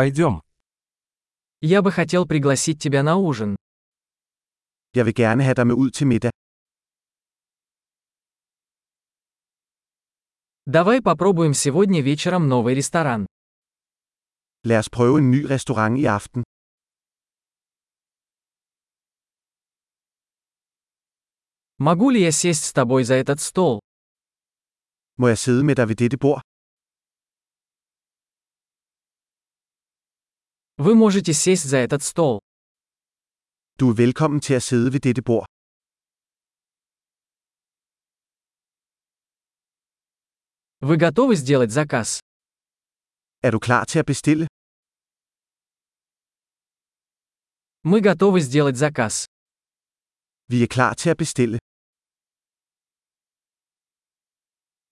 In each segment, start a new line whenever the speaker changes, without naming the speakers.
Пойдем.
Я бы хотел пригласить тебя на ужин.
Jeg vil gerne have dig med ud til middag.
Давай попробуем сегодня вечером новый ресторан.
Lad os prøve en ny restaurant i aften.
Могу ли я сесть с тобой за этот стол?
Må jeg sidde med dig ved dette bord?
Вы можете сесть за этот стол.
Du er velkommen til at sidde ved dette bord.
Вы готовы сделать заказ?
Er du klar til at bestille?
Мы готовы сделать заказ.
Vi er klar til at bestille.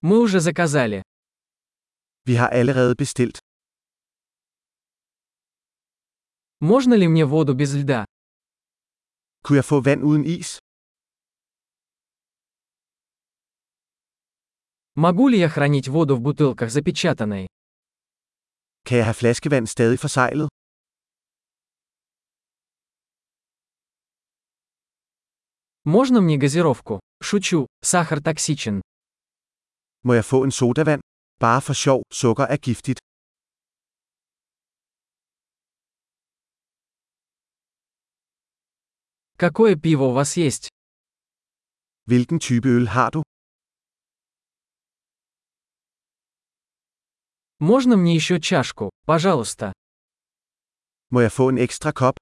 Мы уже заказали.
Vi har allerede bestilt.
Можно ли мне воду без льда?
Kunne jeg få vand uden is?
Могу ли я хранить воду в бутылках запечатанной?
Kan jeg have flaskevand stadig forseglet?
Можно мне газировку? Шучу, сахар токсичен.
Må jeg få en sodavand? Bare for sjov, sukker er giftigt.
Какое пиво у вас есть?
Hvilken type øl har du?
Можно мне еще чашку, пожалуйста?
Må jeg få en ekstra kop?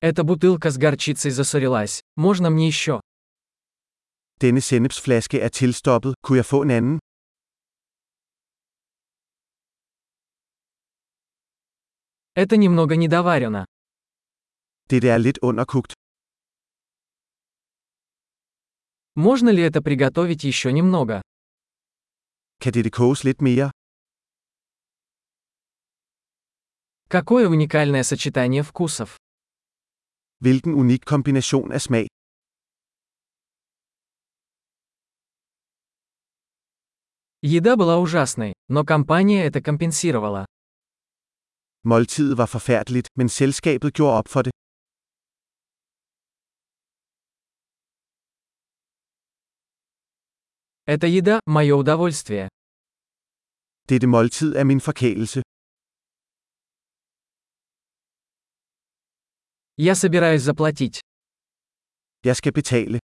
Эта бутылка с горчицей засорилась. Можно мне еще?
Denne sennepsflaske er tilstoppet. Kunne jeg få en anden?
Это немного недоварено.
Dette er lidt underkugt.
Можно ли это приготовить еще немного?
Kan dette koges lidt mere?
Какое уникальное сочетание вкусов.
Hvilken unik kombination af smag?
Еда была ужасной, но компания это компенсировала.
Måltidet var forfærdeligt, men selskabet gjorde op for det.
Эта еда – мое удовольствие.
Dette måltid er min forkælelse.
Я собираюсь заплатить.
Jeg skal betale.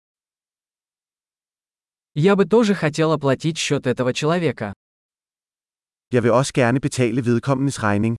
Я бы тоже хотел оплатить счет этого человека.
Jeg vil også gerne betale vedkommendes regning.